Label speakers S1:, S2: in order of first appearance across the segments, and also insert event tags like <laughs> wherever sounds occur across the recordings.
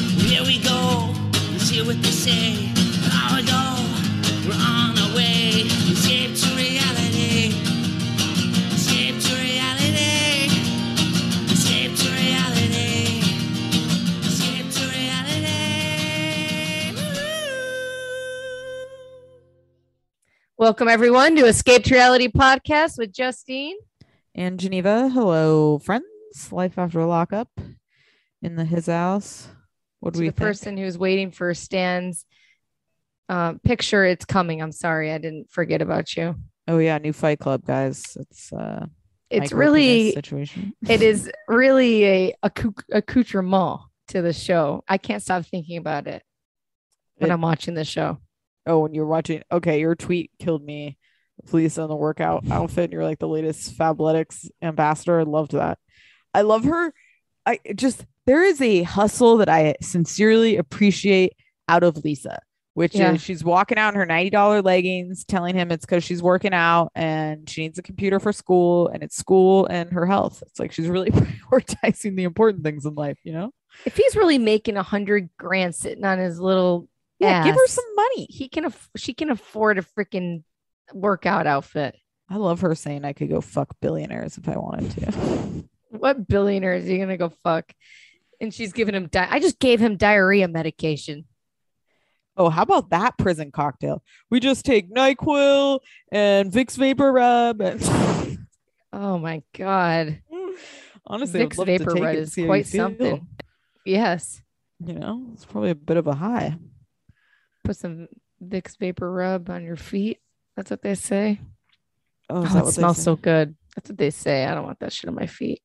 S1: Here we go, let's hear what they say. An hour ago, we're on our way. Escape to reality. Escape to reality. Escape to reality. Escape to reality. Woo-hoo.
S2: Welcome everyone to Escape to Reality podcast with Justine.
S3: and Geneva. Hello, friends. Life after lockup in the his house. What
S2: To
S3: do we
S2: the
S3: think?
S2: person who's waiting for Stan's uh, picture, it's coming. I'm sorry, I didn't forget about you.
S3: Oh yeah, new Fight Club guys. It's uh,
S2: It's
S3: Mike Whitney's
S2: really,
S3: situation.
S2: it is really a, a cou- accoutrement to the show. I can't stop thinking about it when
S3: It-
S2: I'm watching the show.
S3: Oh, when you're watching. Okay, your tweet killed me. Please on the workout outfit. You're like the latest Fabletics ambassador. I loved that. I love her. I it just there is a hustle that I sincerely appreciate out of Lisa, which
S2: Yeah.
S3: is she's walking out in her $90 leggings, telling him it's because she's working out and she needs a computer for school and it's school and her health. It's like she's really <laughs> prioritizing the important things in life, you know?
S2: If he's really making a hundred grand sitting on his little,
S3: Yeah, give her
S2: Yes.
S3: some money.
S2: he can, aff- she can afford a freaking workout outfit.
S3: I love her saying I could go fuck billionaires if I wanted to.
S2: what billionaire is he gonna go fuck? And she's giving him. Di- I just gave him diarrhea medication.
S3: Oh, how about that prison cocktail? We just take NyQuil and Vicks Vapor Rub. And <laughs>
S2: Oh my god,
S3: honestly, Vicks
S2: Vicks
S3: I'd love
S2: Vapor
S3: to take
S2: Rub
S3: it,
S2: is
S3: see how you
S2: quite
S3: feel.
S2: something. Yes,
S3: You know, it's probably a bit of a high.
S2: put some Vicks Vapor Rub on your feet. That's what they say.
S3: Oh,
S2: Oh,
S3: is
S2: it
S3: that what they
S2: smells
S3: say?
S2: so good. That's what they say. I don't want that shit on my feet.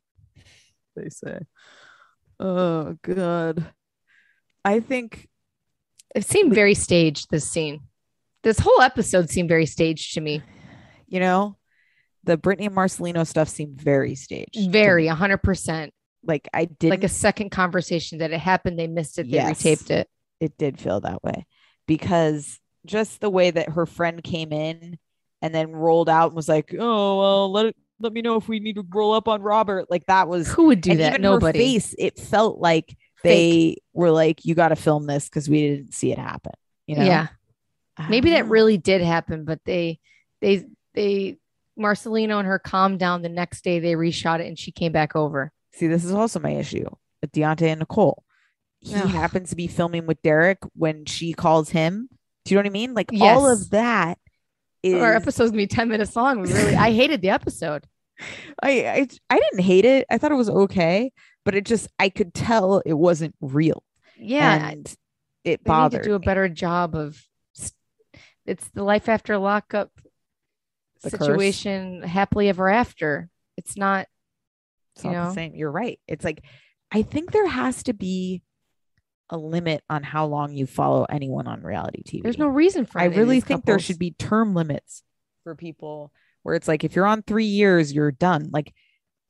S3: They say. Oh god, I think
S2: It seemed very staged. This scene, this whole episode seemed very staged to me.
S3: you know the Brittany Marcelino stuff seemed very staged. to me.
S2: Very, hundred percent.
S3: like I did
S2: Like a second conversation that it happened. They missed it. They
S3: Yes.
S2: retaped it.
S3: it did feel that way because just the way that her friend came in and then rolled out and was like, "Oh well, let it, let me know if we need to roll up on Robert." Like that was
S2: Who would do
S3: and
S2: that?
S3: Even
S2: Nobody.
S3: Her face, it felt like
S2: Fake.
S3: they were like, "You got to film this because we didn't see it happen." You know? Ah.
S2: Yeah.
S3: I
S2: maybe
S3: don't
S2: that
S3: know.
S2: really did happen but they they they marcelino and her calmed down the next day they reshot it and she came back over
S3: see. This is also my issue with Deontay and Nicole. He
S2: Ugh.
S3: happens to be filming with Derek when she calls him. Do you know what I mean? Like all
S2: Yes.
S3: of that is
S2: our episode's gonna be 10 minutes long we really i hated the episode
S3: I, I I didn't hate it. I thought it was okay, but it just I could tell it wasn't real.
S2: yeah
S3: and it
S2: we need to
S3: bothered.
S2: do a
S3: me.
S2: better job of s- it's the life after lockup
S3: The curse.
S2: situation happily ever after it's not
S3: It's
S2: you
S3: not the
S2: know?
S3: same. You're right. It's like I think there has to be a limit on how long you follow anyone on reality TV.
S2: there's no reason for
S3: I
S2: any of
S3: really
S2: these
S3: think there
S2: couples.
S3: should be term limits for people where it's like if you're on three years, you're done. Like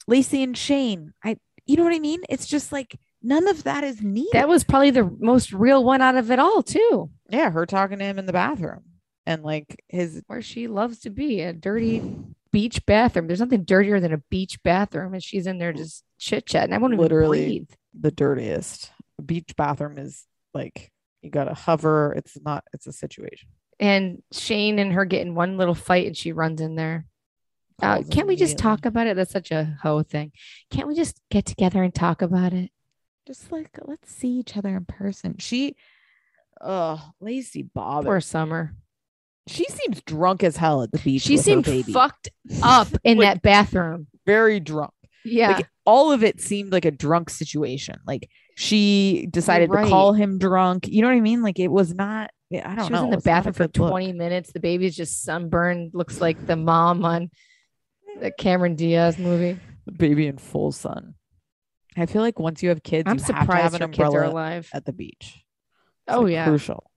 S3: Lacey and Shane. I you know what I mean? It's just like none of that is needed.
S2: that was probably the most real one out of it all too
S3: yeah, her talking to him in the bathroom and like his
S2: where she loves to be a dirty beach bathroom. There's nothing dirtier than a beach bathroom, and she's in there just chit chatting. I won't
S3: Literally.
S2: even breathe.
S3: the dirtiest. Beach bathroom is like you gotta hover. It's not. It's a situation.
S2: And Shane and her get in one little fight, and she runs in there. Uh,
S3: Calls him
S2: can't we just
S3: immediately.
S2: talk about it? That's such a hoe thing. Can't we just get together and talk about it?
S3: Just like let's see each other in person. She, oh, lazy Bob.
S2: Poor Summer.
S3: She seems drunk as hell at the beach.
S2: She
S3: with her
S2: seemed
S3: baby. <laughs>
S2: fucked up in
S3: Like-
S2: that bathroom.
S3: very drunk.
S2: Yeah.
S3: Like all of it seemed like a drunk situation. Like she decided
S2: right.
S3: to call him drunk. You know what I mean? Like it was not. yeah, I don't
S2: she was
S3: know.
S2: in the
S3: It's not a
S2: bathroom for
S3: good look.
S2: 20 minutes. The baby's just sunburned, looks like the mom on the Cameron Diaz movie.
S3: The baby in full sun. I feel like once you have kids,
S2: I'm
S3: you have to have
S2: surprised
S3: an
S2: her kids are
S3: umbrella
S2: alive.
S3: at the beach. It's,
S2: Oh
S3: like,
S2: yeah,
S3: crucial.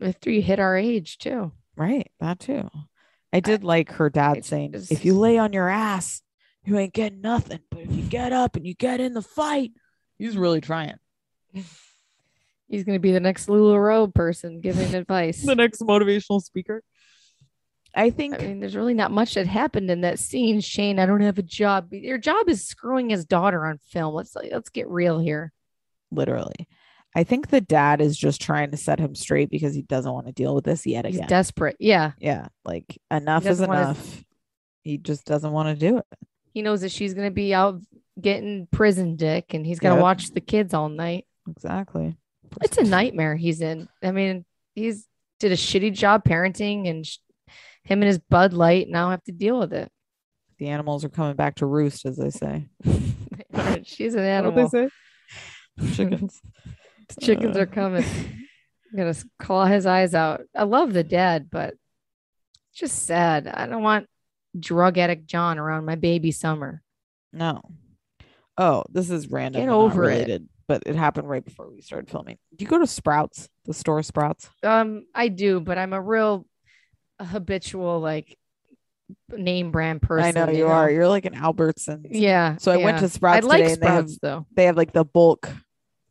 S2: after you hit our age too.
S3: Right, that too. I did like her dad
S2: it's
S3: saying,
S2: just-
S3: "If you lay on your ass, you ain't getting nothing. But if you get up and you get in the fight, he's really trying."
S2: He's gonna be the next LuLaRoe person
S3: <laughs>
S2: giving advice.
S3: <laughs> The next motivational speaker. I think
S2: I mean, there's really not much that happened in that scene. Shane, I don't have a job. Your job is screwing his daughter on film. Let's let's get real here.
S3: literally. I think the dad is just trying to set him straight because he doesn't want to deal with this yet
S2: He's
S3: again.
S2: desperate. Yeah.
S3: yeah, like enough is
S2: doesn't wanna-
S3: enough. He just doesn't want to do it.
S2: He knows that she's going to be out getting prison dick and he's going to
S3: Yep.
S2: watch the kids all night.
S3: Exactly.
S2: It's a nightmare he's in. I mean, he's did a shitty job parenting and sh- him and his Bud Light now have to deal with it. <laughs>
S3: The animals are coming back to roost, as they say.
S2: she's an
S3: What they
S2: animal.
S3: say? <laughs> Chickens.
S2: Chickens are
S3: <laughs>
S2: coming. I'm gonna s- claw his eyes out. I love the dad, but it's just sad. I don't want drug addict John around my baby summer.
S3: No. Oh, this is random.
S2: Get
S3: and not
S2: over it.
S3: related, But it happened right before we started filming. Do you go to Sprouts, the store Sprouts?
S2: Um, I do, but I'm a real habitual like name brand person.
S3: I know you are. You're like an Albertsons.
S2: Yeah.
S3: So I went
S2: yeah.
S3: to Sprouts
S2: I like
S3: today and they have
S2: Sprouts though.
S3: they have like the bulk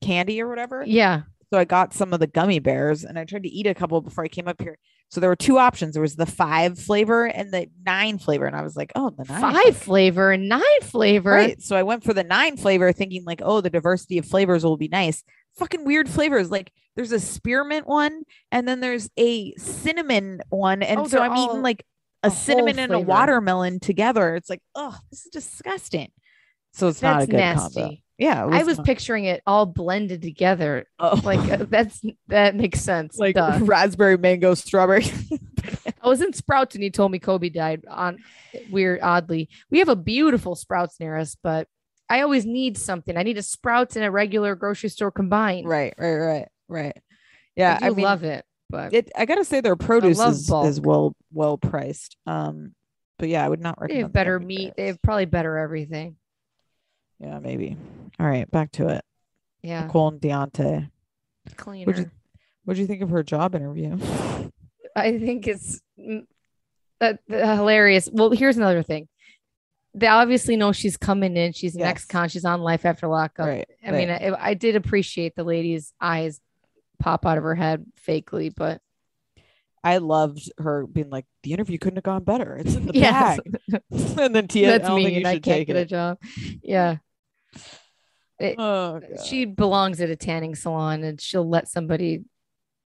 S3: candy or whatever.
S2: Yeah.
S3: So I got some of the gummy bears and I tried to eat a couple before I came up here. So there were two options. There was the five flavor and the nine flavor. And I was like, oh, the nine.
S2: Five flavor and nine flavor.
S3: Right. So I went for the nine flavor thinking like, oh, the diversity of flavors will be nice. Fucking weird flavors. Like there's a spearmint one and then there's a cinnamon one. And
S2: Oh,
S3: so
S2: they're
S3: I'm
S2: all
S3: eating like
S2: a
S3: a
S2: whole
S3: cinnamon and a
S2: flavor.
S3: watermelon together. It's like, oh, this is disgusting. So it's not a
S2: That's
S3: good
S2: nasty.
S3: combo. Yeah. it
S2: I was
S3: not-
S2: picturing it all blended together.
S3: oh.
S2: Like
S3: <laughs>
S2: uh, that's that makes sense.
S3: like
S2: Duh.
S3: <laughs> raspberry, mango, strawberry. <laughs>
S2: I was in Sprouts and he told me Kobe died on weird oddly. We have a beautiful Sprouts near us, but I always need something. I need a Sprouts and a regular grocery store combined.
S3: right. Right. Right. Right.
S2: I,
S3: Yeah.
S2: do love it, but
S3: it. I gotta say their produce
S2: love
S3: is, is
S2: bulk.
S3: well well priced. Um, but yeah, I would not recommend.
S2: they
S3: the
S2: have better
S3: gummy
S2: meat. They
S3: bears.
S2: have probably better everything.
S3: Yeah, maybe. All right, back to it.
S2: Yeah,
S3: Nicole and Deontay.
S2: cleaner.
S3: Would you, what'd you think of her
S2: <laughs>
S3: job interview?
S2: I think it's mm, uh, uh, hilarious. Well, here's another thing. They obviously know she's coming in. She's
S3: Yes.
S2: next con. She's on life after lockup.
S3: right.
S2: I mean,
S3: right.
S2: I, I did appreciate the lady's eyes pop out of her head fakely, but
S3: I loved her being like, the interview couldn't have gone better. It's in
S2: <laughs>
S3: the
S2: Yes.
S3: bag. <laughs> and then Tia, I
S2: that's
S3: don't
S2: me
S3: think
S2: and
S3: you
S2: I
S3: should
S2: can't
S3: take
S2: get a
S3: it.
S2: job. Yeah. it.
S3: Oh, God.
S2: uh, She belongs at a tanning salon and she'll let somebody,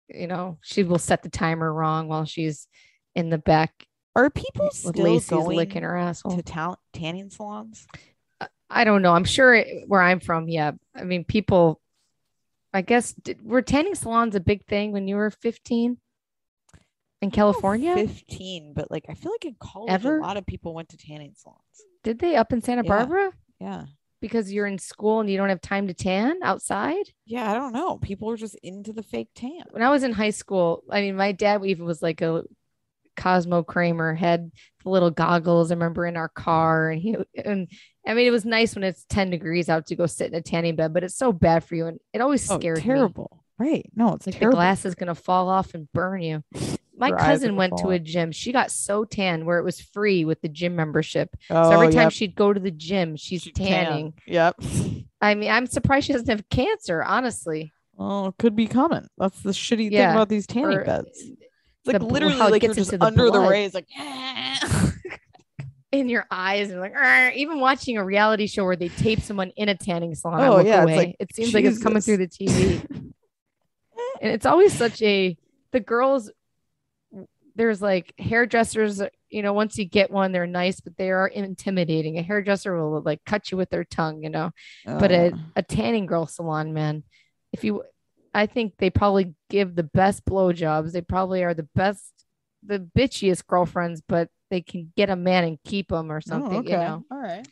S2: you know, she will set the timer wrong while she's in the back
S3: Are people
S2: with
S3: still
S2: Lacey's
S3: going
S2: licking her asshole.
S3: to talent tanning salons?
S2: I don't know. I'm sure it, where I'm from. Yeah. I mean, people, I guess, did, were tanning salons a big thing when you were 15
S3: Oh,
S2: in California?
S3: 15, but like I feel like in college
S2: Ever?
S3: a lot of people went to tanning salons.
S2: Did they up in Santa
S3: Yeah.
S2: Barbara?
S3: Yeah.
S2: Because you're in school and you don't have time to tan outside?
S3: Yeah, I don't know. People are just into the fake tan.
S2: when I was in high school, I mean, my dad even was like a Cosmo Kramer had the little goggles. I remember in our car, and he and I mean, it was nice when it's ten degrees out to go sit in a tanning bed, but it's so bad for you, and it always
S3: Oh,
S2: scared me.
S3: terrible. Right. No, it's
S2: Like the
S3: terrible.
S2: glass is gonna fall off and burn you. My
S3: Your eyes are
S2: cousin
S3: gonna
S2: went to
S3: fall
S2: a
S3: off.
S2: gym. She got so tan where it was free with the gym membership.
S3: Oh,
S2: So every time
S3: yep.
S2: she'd go to the gym, she's
S3: She tan.
S2: tanning.
S3: <laughs> Yep.
S2: I mean, I'm surprised she doesn't have cancer, honestly.
S3: Oh, it could be common. That's the shitty
S2: Yeah,
S3: thing about these tanning
S2: or-
S3: beds. It's
S2: the
S3: like
S2: bl-
S3: literally
S2: how it
S3: like you're
S2: gets
S3: just
S2: into the
S3: under the
S2: blood. <laughs>
S3: rays, like
S2: in your eyes and like "Arr," even watching a reality show where they tape someone in a tanning salon. I
S3: Oh,
S2: look
S3: yeah, it's
S2: away.
S3: like,
S2: it seems like it's coming through the TV, <laughs> and it's always such a the girls. There's like hairdressers, you know. Once you get one, they're nice, but they are intimidating. A hairdresser will like cut you with their tongue, you know. But a
S3: Oh,
S2: a tanning girl salon, man, if you, I think they probably give the best blowjobs. They probably are the best, the bitchiest girlfriends, but they can get a man and keep him or something, you know
S3: All right.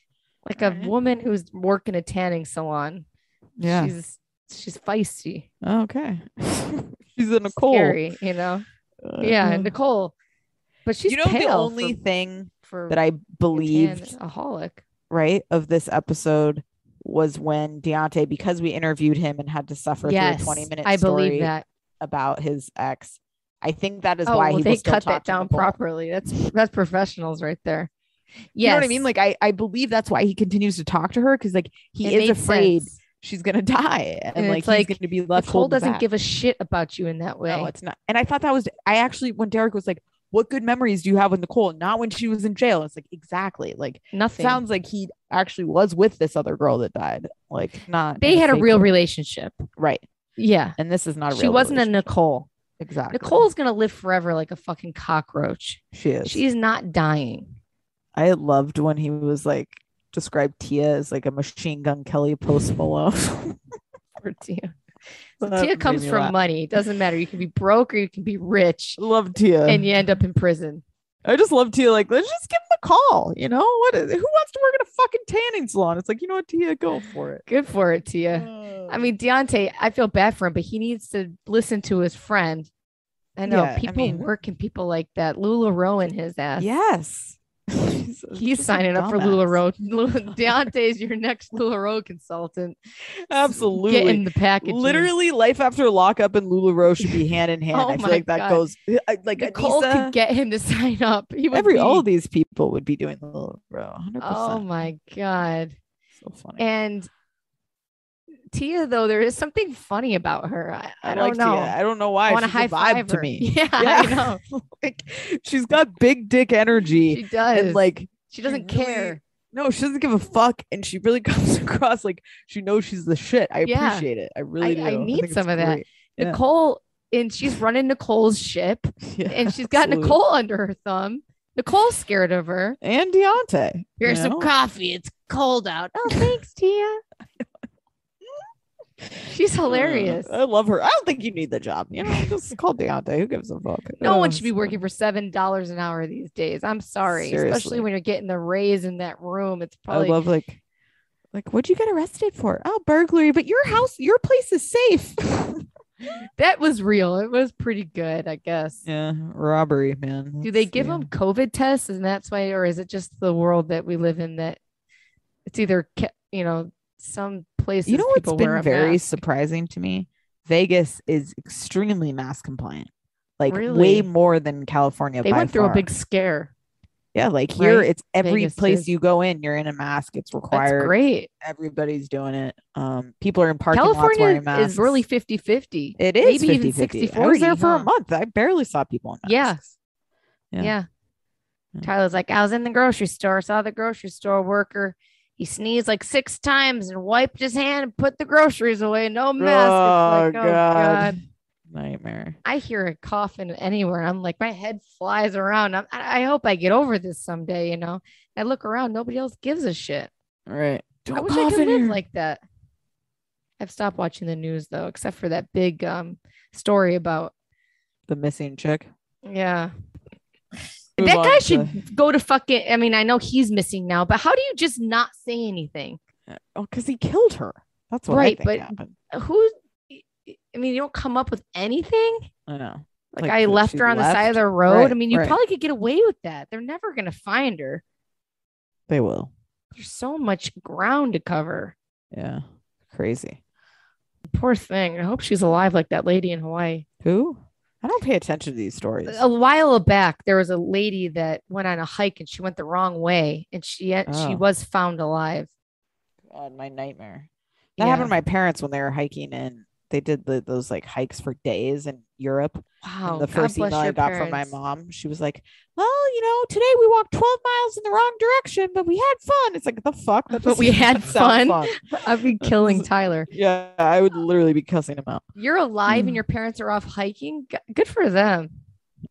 S2: like a
S3: Oh, Alright.
S2: woman who's working a tanning salon.
S3: Yeah.
S2: She's she's feisty,
S3: oh, okay. <laughs> She's a Nicole.
S2: scary, you know.
S3: Uh,
S2: yeah,
S3: uh,
S2: and Nicole, but she's
S3: you know the only thing
S2: for, for
S3: that I
S2: being
S3: believed
S2: a holic.
S3: right of this episode was when Deontay, because we interviewed him and had to suffer
S2: Yes,
S3: through a twenty minute
S2: I
S3: story
S2: believe that.
S3: about his ex. I think that is
S2: oh,
S3: why
S2: well,
S3: he
S2: they
S3: was still
S2: cut that
S3: talking to
S2: down
S3: Nicole.
S2: properly. That's that's professionals right there. Yes,
S3: You know what I mean? Like I, I believe that's why he continues to talk to her because like he
S2: it
S3: is
S2: made
S3: afraid
S2: sense.
S3: she's gonna <laughs> die and,
S2: And
S3: like
S2: it's
S3: he's
S2: like,
S3: gonna be left.
S2: Nicole
S3: holding
S2: doesn't
S3: back.
S2: give a shit about you in that way.
S3: No, it's not. And I thought that was I actually when Derek was like, "What good memories do you have with Nicole?" Not when she was in jail. It's like exactly like
S2: Nothing.
S3: sounds like he actually was with this other girl that died. Like not.
S2: they
S3: in
S2: had a
S3: fake
S2: real
S3: way.
S2: relationship.
S3: right.
S2: Yeah.
S3: And this is not a
S2: She
S3: real
S2: wasn't a
S3: relationship.
S2: Nicole.
S3: exactly.
S2: Nicole's going to live forever like a fucking cockroach.
S3: She is.
S2: She's not dying.
S3: I loved when he was like described Tia as like a machine gun Kelly post Malone. <laughs>
S2: Poor Tia. So
S3: That
S2: Tia
S3: made
S2: comes
S3: me
S2: from
S3: laugh.
S2: money. It doesn't matter. You can be broke or you can be rich
S3: Love Tia.
S2: and you end up in prison.
S3: I just love Tia. Like, let's just give him a call. You know what? Is, who wants to work in a fucking tanning salon? It's like, you know what, Tia, go for it.
S2: Good for it, Tia. I mean, Deontay, I feel bad for him, but he needs to listen to his friend. I know
S3: Yeah, I
S2: people
S3: mean-
S2: work and people like that. LuLaRoe and his ass.
S3: yes. He's,
S2: He's
S3: just a
S2: signing up for
S3: dumbass.
S2: LuLaRoe. <laughs>
S3: <laughs>
S2: Lu- Deontay's your next LuLaRoe consultant.
S3: Absolutely.
S2: Get in the package.
S3: Literally, life after lockup and LuLaRoe
S2: <laughs>
S3: should be hand in hand.
S2: Oh my
S3: I feel like that
S2: God.
S3: goes I, like
S2: Nicole
S3: Anissa,
S2: could get him to <laughs> sign up. He would
S3: every
S2: be,
S3: all of these people would be doing LuLaRoe. 100%.
S2: Oh my god!
S3: so funny.
S2: And Tia, though, there is something funny about her. I, I, don't
S3: like
S2: know.
S3: Tia. I don't know why.
S2: I want to
S3: She's a
S2: high
S3: vibe
S2: five
S3: to
S2: her.
S3: me.
S2: <laughs> Yeah, I
S3: <laughs>
S2: know
S3: like, she's got big dick energy.
S2: she does.
S3: and like
S2: she doesn't
S3: really-
S2: care.
S3: no, she doesn't give a fuck, and she really <laughs> comes across like she knows she's the shit. I
S2: Yeah.
S3: appreciate it. I really
S2: I- I
S3: do.
S2: need
S3: think it's
S2: some of that.
S3: great. yeah.
S2: Nicole, and she's running Nicole's ship,
S3: <laughs> Yeah,
S2: and she's got
S3: absolutely.
S2: Nicole under her thumb. Nicole's scared of her.
S3: and Deontay.
S1: Here's
S3: you
S1: some
S3: know?
S1: coffee. It's cold out.
S2: Oh, thanks, Tia. She's hilarious.
S3: Uh, I love her. I don't think you need the job. You know, just call Deontay. Who gives a fuck?
S2: No one
S3: Uh,
S2: should be working for seven dollars an hour these days. I'm sorry,
S3: Seriously. Oh,
S2: especially when you're getting the raise in that room. It's probably
S3: I love like, like what'd you get arrested for? Oh, burglary. But your house, your place is safe. <laughs>
S2: that was real. It was pretty good, I guess.
S3: yeah, robbery, man.
S2: Do they
S3: That's-
S2: give
S3: yeah.
S2: them COVID tests, and that's why, or is it just the world that we live in that it's either ca- you know some places
S3: You know what's
S2: people wear
S3: been
S2: a
S3: very
S2: mask.
S3: surprising to me? Vegas is extremely mask compliant, like way
S2: Really?
S3: more than California.
S2: They
S3: by
S2: went through
S3: far.
S2: a big scare.
S3: yeah. Like here,
S2: right?
S3: it's every
S2: Vegas
S3: place
S2: is-
S3: you go in, you're in a mask. It's
S2: That's
S3: required.
S2: great.
S3: Everybody's doing it. Um, people are in parking lots
S2: California
S3: wearing masks.
S2: is really 50 50.
S3: it is
S2: maybe even
S3: 50-50.
S2: 60-40,
S3: I was there for a
S2: huh?
S3: month. I barely saw people in
S2: Yeah.
S3: masks. Yeah.
S2: Yeah.
S3: Yeah.
S2: Tyler's like, I was in the grocery store, saw the grocery store worker. He sneezed like six times and wiped his hand and put the groceries away. No mask. It's like, oh God.
S3: nightmare.
S2: I hear a coughing anywhere. and I'm like, my head flies around. I'm, I I hope I get over this someday. You know, I look around, nobody else gives a shit.
S3: All right.
S2: I wish I could live like that. I've stopped watching the news though, except for that big um story about
S3: the missing chick.
S2: yeah.
S3: Move
S2: that
S3: on
S2: guy
S3: to-
S2: should go to fucking. I mean, I know he's missing now, but how do you just not say anything?
S3: Oh, because he killed her. That's what
S2: Right,
S3: I think
S2: but-
S3: happened.
S2: Who? I mean, you don't come up with anything.
S3: I know.
S2: Like,
S3: Like,
S2: I
S3: that
S2: left
S3: she
S2: her on the side of
S3: left?
S2: the road. I
S3: Right,
S2: mean, you
S3: right.
S2: probably could get away with that. They're never gonna find her.
S3: They will.
S2: There's so much ground to cover.
S3: Yeah. Crazy.
S2: Poor thing. I hope she's alive, like that lady in Hawaii.
S3: Who? I don't pay attention to these stories.
S2: A while back, there was a lady that went on a hike and she went the wrong way, and she she
S3: Oh.
S2: was found alive.
S3: God, my nightmare. That
S2: Yeah.
S3: happened to my parents when they were hiking and they did the, those like hikes for days in Europe.
S2: Wow.
S3: and the
S2: Oh, God
S3: first
S2: bless
S3: email I
S2: your
S3: got from my
S2: parents.
S3: mom, she was like, Well, you know, today we walked 12 miles in the wrong direction, but we had fun. It's like, the fuck?
S2: <laughs>
S3: That
S2: But
S3: doesn't
S2: we had
S3: sound
S2: fun. <laughs> I'd
S3: <laughs>
S2: be killing Tyler.
S3: Yeah, I would literally be cussing him out.
S2: You're alive
S3: Mm.
S2: and your parents are off hiking. G- Good for them.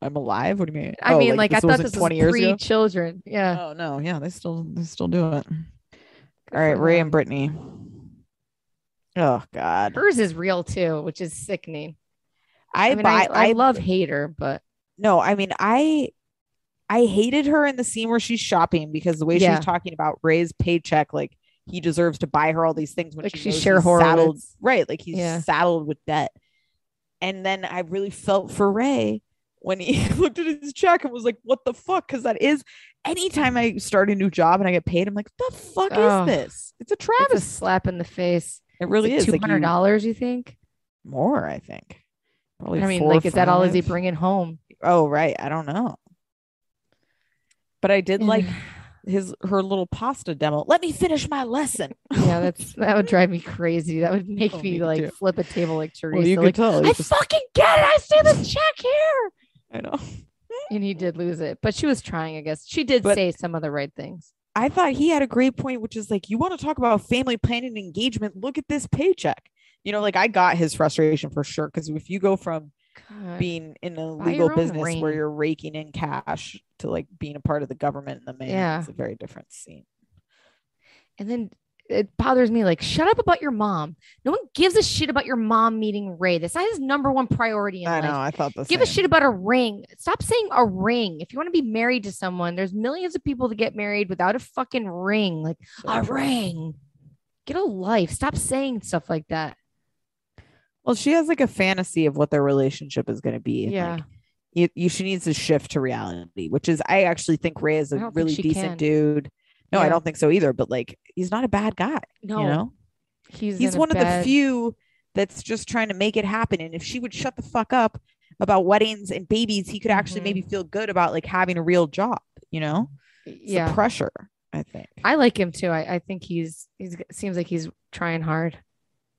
S3: I'm alive. What do you mean?
S2: I
S3: Oh,
S2: mean, like, I thought
S3: wasn't
S2: this was pre children. Yeah.
S3: Oh no, yeah, they still they still do it.
S2: Good
S3: All right,
S2: for
S3: Ray and
S2: them.
S3: Brittany. Oh God,
S2: Hers is real too, which is sickening.
S3: I,
S2: I, mean, I,
S3: buy. I,
S2: I love Hater, but
S3: no. I mean, I I hated her in the scene where she's shopping because the way
S2: Yeah.
S3: she's talking about Ray's paycheck, like he deserves to buy her all these things when
S2: Like
S3: she
S2: she's
S3: knows
S2: Cher
S3: he's saddled,
S2: Horowitz.
S3: right? Like he's
S2: Yeah.
S3: saddled with debt. And then I really felt for Ray when he <laughs> looked at his check and was like, "What the fuck?" Because that is anytime I start a new job and I get paid, I'm like, "The fuck
S2: Oh.
S3: is this? It's a
S2: it's
S3: travesty."
S2: a slap in the face.
S3: It really is
S2: Two
S3: like
S2: hundred
S3: you-
S2: dollars, you think?
S3: more. I think. Probably.
S2: I mean,
S3: four or
S2: like, is that all E is he
S3: five.
S2: bringing
S3: <laughs>
S2: home?
S3: Oh right, I don't know. But I did
S2: And-
S3: like his her little pasta demo. Let me finish my lesson.
S2: yeah,
S3: <laughs>
S2: that's that would drive me crazy. That would make
S3: Oh,
S2: me
S3: me
S2: like
S3: too.
S2: flip a table like Teresa.
S3: well, you could
S2: like,
S3: tell. it
S2: I
S3: was just-
S2: fucking get it. I see the check here.
S3: I know.
S2: And he did lose it, but she was trying. I guess she did
S3: But-
S2: say some of the right things.
S3: I thought he had a great point, which is like, you want to talk about family planning and engagement? Look at this paycheck. You know, like I got his frustration for sure. Cause if you go from
S2: God.
S3: being in a
S2: Buy
S3: legal
S2: your own
S3: business where
S2: ring.
S3: you're raking in cash to like being a part of the government and the man,
S2: Yeah.
S3: it's a very different scene.
S2: And then it bothers me like, shut up about your mom. No one gives a shit about your mom meeting Ray. That's not his number one priority in
S3: I
S2: life.
S3: know. I thought this
S2: Give a shit about a ring. Stop saying a ring. If you want to be married to someone, there's millions of people that get married without a fucking ring. Like a ring. Get a life. Stop saying stuff like that.
S3: Well, she has like a fantasy of what their relationship is going to be. and,
S2: Yeah.
S3: like, you, you she needs to shift to reality, which is I actually think Ray is
S2: I
S3: a
S2: don't think
S3: really
S2: she
S3: decent
S2: can.
S3: dude. No, I
S2: Yeah.
S3: don't think so either. But like, he's not a bad guy.
S2: No,
S3: You know,
S2: he's
S3: he's
S2: in a
S3: one of the
S2: bad-
S3: few that's just trying to make it happen. And if she would shut the fuck up about weddings and babies, he could actually
S2: Mhm.
S3: maybe feel good about like having a real job. You know, It's the
S2: Yeah,
S3: pressure. I think.
S2: I like him too. I, I think he's he's seems like he's trying hard.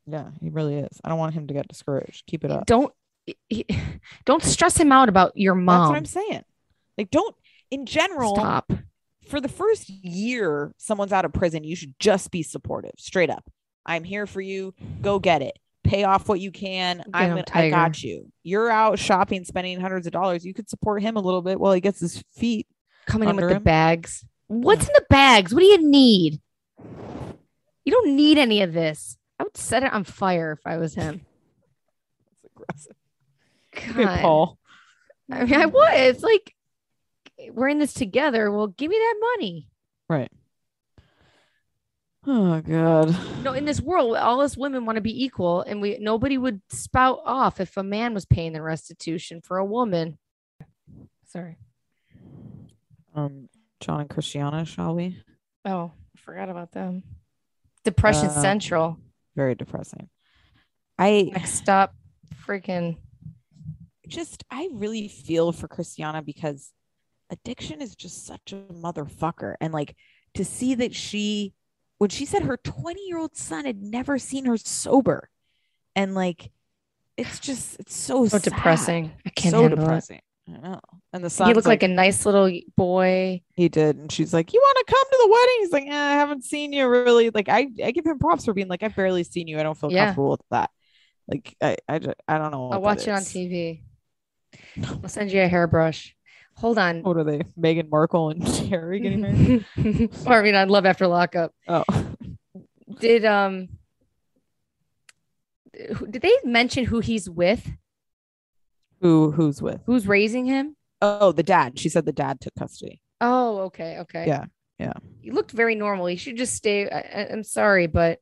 S3: yeah, he really is. I don't want him to get discouraged. Keep it up.
S2: Don't he- <laughs> don't stress him out about your mom.
S3: That's what I'm saying. Like, don't in general.
S2: Stop.
S3: for the first year someone's out of prison, you should just be supportive, straight up. I'm here for you. Go get it. Pay off what you can. I'm
S2: 'em,
S3: gonna, I
S2: tiger.
S3: got you. You're out shopping, spending hundreds of dollars. You could support him a little bit while he gets his feet.
S2: Coming in with
S3: Under
S2: the
S3: him.
S2: bags. What's in the bags? What do you need? You don't need any of this. I would set it on fire if I was <laughs> him.
S3: That's aggressive.
S2: God. I mean, I would. It's like we're in this together. Well, give me that money.
S3: Oh God.
S2: No, in this world, all us women want to be equal, and we nobody would spout off if a man was paying the restitution for a woman. Sorry.
S3: Um, John and Christiana, shall we?
S2: Oh, I forgot about them. Depression
S3: Uh,
S2: Central.
S3: Very depressing. I
S2: Next stop, freaking.
S3: just I really feel for Christiana because addiction is just such a motherfucker. And like to see that she when she said her 20 year old son had never seen her sober. And like it's just it's so,
S2: So
S3: sad.
S2: depressing. I can't
S3: so
S2: handle
S3: depressing. I know. And the
S2: it.
S3: son
S2: He looked like, a nice little boy.
S3: he did. And she's like, You want to come to the wedding? He's like, "Eh, I haven't seen you really. Like, I, I give him props for being like, I've barely seen you. I don't feel
S2: Yeah.
S3: comfortable with that. Like, I I, ju- I don't know. what
S2: I'll
S3: that
S2: watch it on
S3: is.
S2: TV. I'll send you a hairbrush. Hold on.
S3: What are they? Meghan Markle and <laughs> Harry Oh, getting
S2: Mm-hmm.
S3: married?
S2: <laughs> or, I mean, I'd love after lockup.
S3: Oh,
S2: did um who- did they mention who he's with
S3: who who's with?
S2: who's raising him
S3: Oh, the dad. She said the dad took custody.
S2: oh okay okay
S3: Yeah, yeah.
S2: he looked very normal he should just stay I, I- i'm sorry but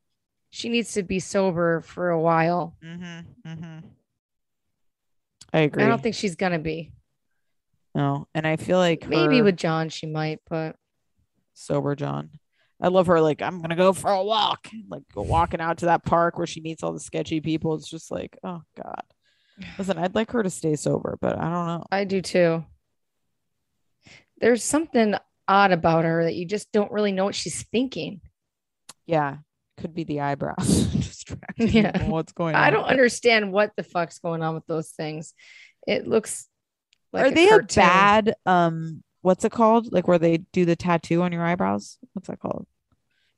S2: she needs to be sober for a while
S3: Mm-hmm. Mm-hmm. I agree.
S2: i don't think she's gonna be
S3: no, and I feel like
S2: maybe
S3: her-
S2: with john she might but
S3: sober John. I love her. Like I'm gonna go for a walk. Like go walking out to that park where she meets all the sketchy people. It's just like, oh
S2: <sighs>
S3: god. Listen, I'd like her to stay sober, but I don't know.
S2: i do too there's something odd about her that you just don't really know what she's thinking
S3: Yeah, could be the eyebrows <laughs> distracting.
S2: Yeah.
S3: Yeah, what's going on?
S2: i don't understand what the fuck's going on with those things it looks like
S3: Are
S2: a
S3: they a
S2: cartoon.
S3: bad um? What's it called? Like where they do the tattoo on your eyebrows? What's that called?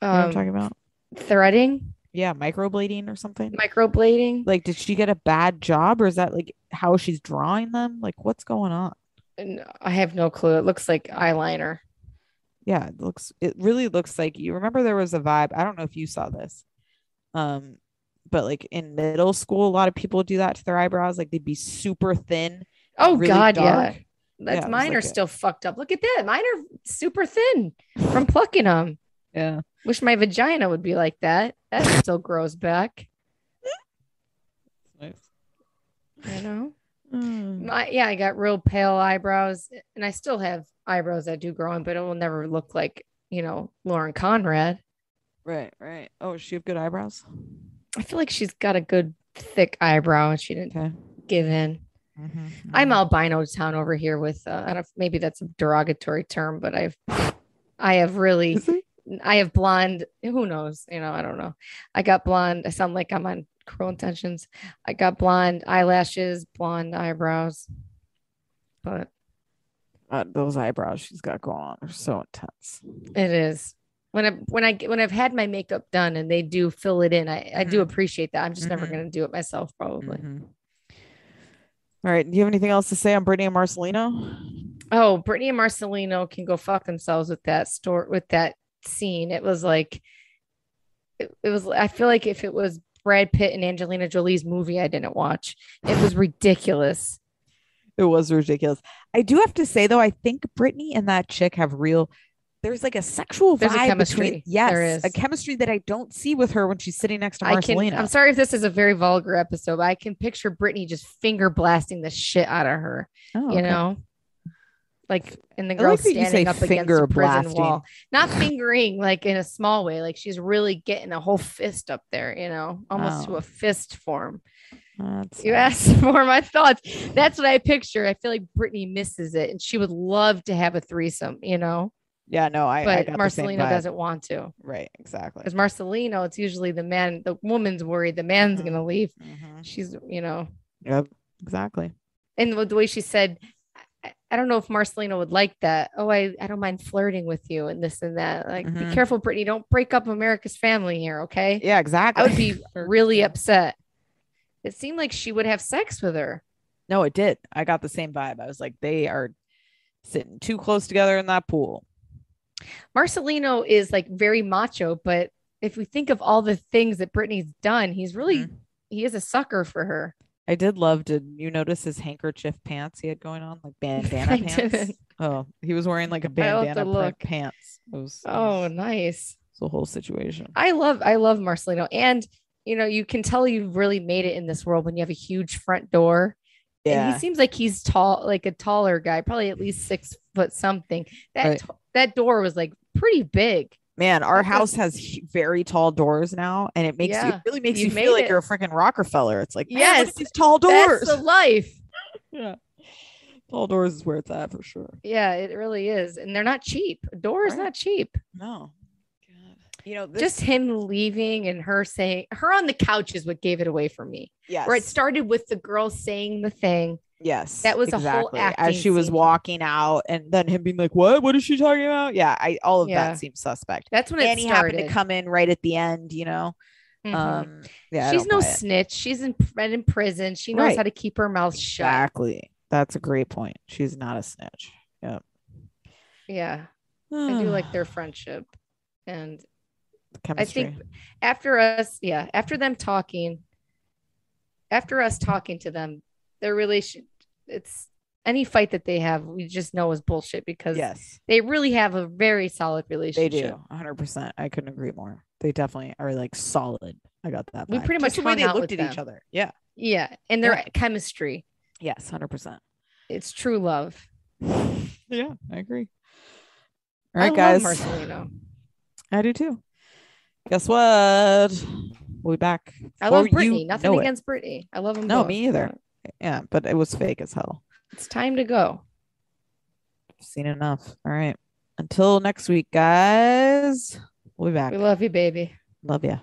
S3: You know what I'm
S2: um,
S3: talking about?
S2: threading,
S3: yeah, microblading or something.
S2: microblading.
S3: Like, did she get a bad job or is that like how she's drawing them? Like, what's going on?
S2: N- I have no clue. It looks like eyeliner.
S3: Yeah, it looks, it really looks like you remember there was a vibe. I don't know if you saw this. Um, but like in middle school, a lot of people do that to their eyebrows. Like they'd be super thin.
S2: Oh
S3: really
S2: God, yeah.
S3: dark. Yeah, it
S2: That's
S3: was
S2: mine
S3: like
S2: are
S3: a-
S2: still fucked up. Look at that. Mine are super thin from plucking them.
S3: Yeah.
S2: Wish my vagina would be like that. That still grows back.
S3: Nice.
S2: You know. My yeah, I got real pale eyebrows, and I still have eyebrows that do grow on, but it will never look like you know Lauren Conrad.
S3: Right, right. Oh, she have good eyebrows.
S2: I feel like she's got a good thick eyebrow, and she didn't
S3: Okay. Mm.
S2: give in.
S3: Mm-hmm.
S2: I'm albino town over here with uh, I don't maybe that's a derogatory term, but I've I have really I have blonde who knows, you know, I don't know. I got blonde, I sound like I'm on cruel intentions. I got blonde eyelashes, blonde eyebrows. But
S3: uh, those eyebrows she's got going on are so intense.
S2: it is when I when I when I've had my makeup done and they do fill it in, I, I do
S3: Mhm.
S2: appreciate that. I'm just never
S3: Mhm.
S2: gonna do it myself, probably.
S3: Mhm. All right. Do you have anything else to say on Brittany and Marcelino?
S2: Oh, Brittany and Marcelino can go fuck themselves with that store with that scene. It was like it, it was I feel like if it was Brad Pitt and Angelina Jolie's movie I didn't watch. It was ridiculous.
S3: It was ridiculous. I do have to say though, I think Brittany and that chick have real. There's like a sexual
S2: There's a
S3: vibe
S2: chemistry.
S3: between yes,
S2: There is.
S3: a chemistry that I don't see with her when she's sitting next to
S2: I
S3: Marcelino.
S2: can I'm sorry if this is a very vulgar episode, but I can picture Brittany just finger blasting the shit out of her.
S3: Oh,
S2: you
S3: okay.
S2: know like and the
S3: I
S2: girl
S3: like that you say
S2: standing up against
S3: finger
S2: the prison
S3: blasting.
S2: wall not fingering like in a small way like she's really getting a whole fist up there you know almost to
S3: Oh.
S2: a fist form
S3: That's
S2: you
S3: nice.
S2: asked <laughs> for my thoughts that's what i picture i feel like brittany misses it and she would love to have a threesome you know
S3: Yeah, no, I. I
S2: but
S3: got the same
S2: marcelino
S3: vibe.
S2: doesn't want to
S3: Right, exactly.
S2: because marcelino it's usually the man the woman's worried the man's
S3: Mhm.
S2: gonna leave
S3: Mhm.
S2: she's you know
S3: Yep, exactly.
S2: and the, the way she said I, I don't know if marcelina would like that oh I, I don't mind flirting with you and this and that like
S3: Mhm.
S2: be careful brittany don't break up america's family here okay
S3: Yeah, exactly.
S2: i would
S3: <laughs>
S2: be
S3: Or-
S2: really
S3: yeah.
S2: upset it seemed like she would have sex with her
S3: No, it did. I got the same vibe. I was like, they are sitting too close together in that pool.
S2: marcelino is like very macho but if we think of all the things that brittany's done he's really
S3: Mm-hmm.
S2: he is a sucker for her
S3: I did love. Did you notice his handkerchief pants he had going on, like bandana
S2: <laughs> I
S3: pants?
S2: didn't.
S3: Oh, he was wearing like a
S2: I'll have to
S3: bandana print
S2: look.
S3: pants. It was, it
S2: oh
S3: was-
S2: nice
S3: it's the whole situation.
S2: I love I love Marcelino and you know you can tell you've really made it in this world when you have a huge front door. And
S3: Yeah,
S2: he seems like he's tall, like a taller guy, probably at least six foot something. That
S3: Right.
S2: t- that door was like pretty big.
S3: man, our
S2: That's a-
S3: house has hu- very tall doors now, and it makes you
S2: Yeah,
S3: it really makes you,
S2: you made
S3: feel like
S2: it.
S3: you're a freaking Rockefeller. It's like man, look at
S2: Yes,
S3: these tall doors.
S2: That's the life.
S3: <laughs> yeah, tall doors is where it's at for sure.
S2: Yeah, it really is, and they're not cheap. A door is
S3: Right.
S2: not cheap.
S3: No, God. you know, this,
S2: Just him leaving and her saying her on the couch is what gave it away for me.
S3: yes,
S2: Where it started with the girl saying the thing.
S3: Yes.
S2: That was a whole
S3: exactly. As
S2: acting
S3: she was
S2: scene.
S3: walking out and then him being like, What? What is she talking about? Yeah, I all of
S2: Yeah.
S3: that seems suspect.
S2: That's when
S3: And
S2: it
S3: he
S2: started.
S3: happened to come in right at the end, you know.
S2: Mhm.
S3: Um yeah. I
S2: She's
S3: don't
S2: no
S3: buy it.
S2: snitch. She's in been in prison. She knows
S3: Right.
S2: how to keep her mouth shut.
S3: Exactly. That's a great point. She's not a snitch. Yeah.
S2: Yeah, I do
S3: <sighs>
S2: like their friendship. And
S3: chemistry.
S2: after us, yeah, after them talking, after us talking to them, their relation, it's any fight that they have, we just know is bullshit because
S3: yes,
S2: they really have a very solid
S3: they
S2: relationship.
S3: do. 100 percent I couldn't agree more. They definitely are like solid. I got that.
S2: We
S3: vibe.
S2: pretty
S3: Just
S2: much
S3: the way
S2: hung
S3: they
S2: out
S3: looked at
S2: with
S3: each
S2: them.
S3: other. Yeah.
S2: Yeah, and their
S3: Yeah.
S2: chemistry,
S3: Yes, hundred percent. <laughs>
S2: it's true love.
S3: Yeah, I agree. All right,
S2: I
S3: guys.
S2: love Marcelino.
S3: I do too. Guess what? We'll be back.
S2: I
S3: Before
S2: love Brittany.
S3: you
S2: Nothing
S3: know it.
S2: against Brittany. I love them.
S3: No,
S2: both,
S3: me either.
S2: but
S3: Yeah, but it was fake as hell.
S2: It's time to go.
S3: I've seen enough. All right. Until next week, guys. We'll be back.
S2: We love you, baby.
S3: Love ya.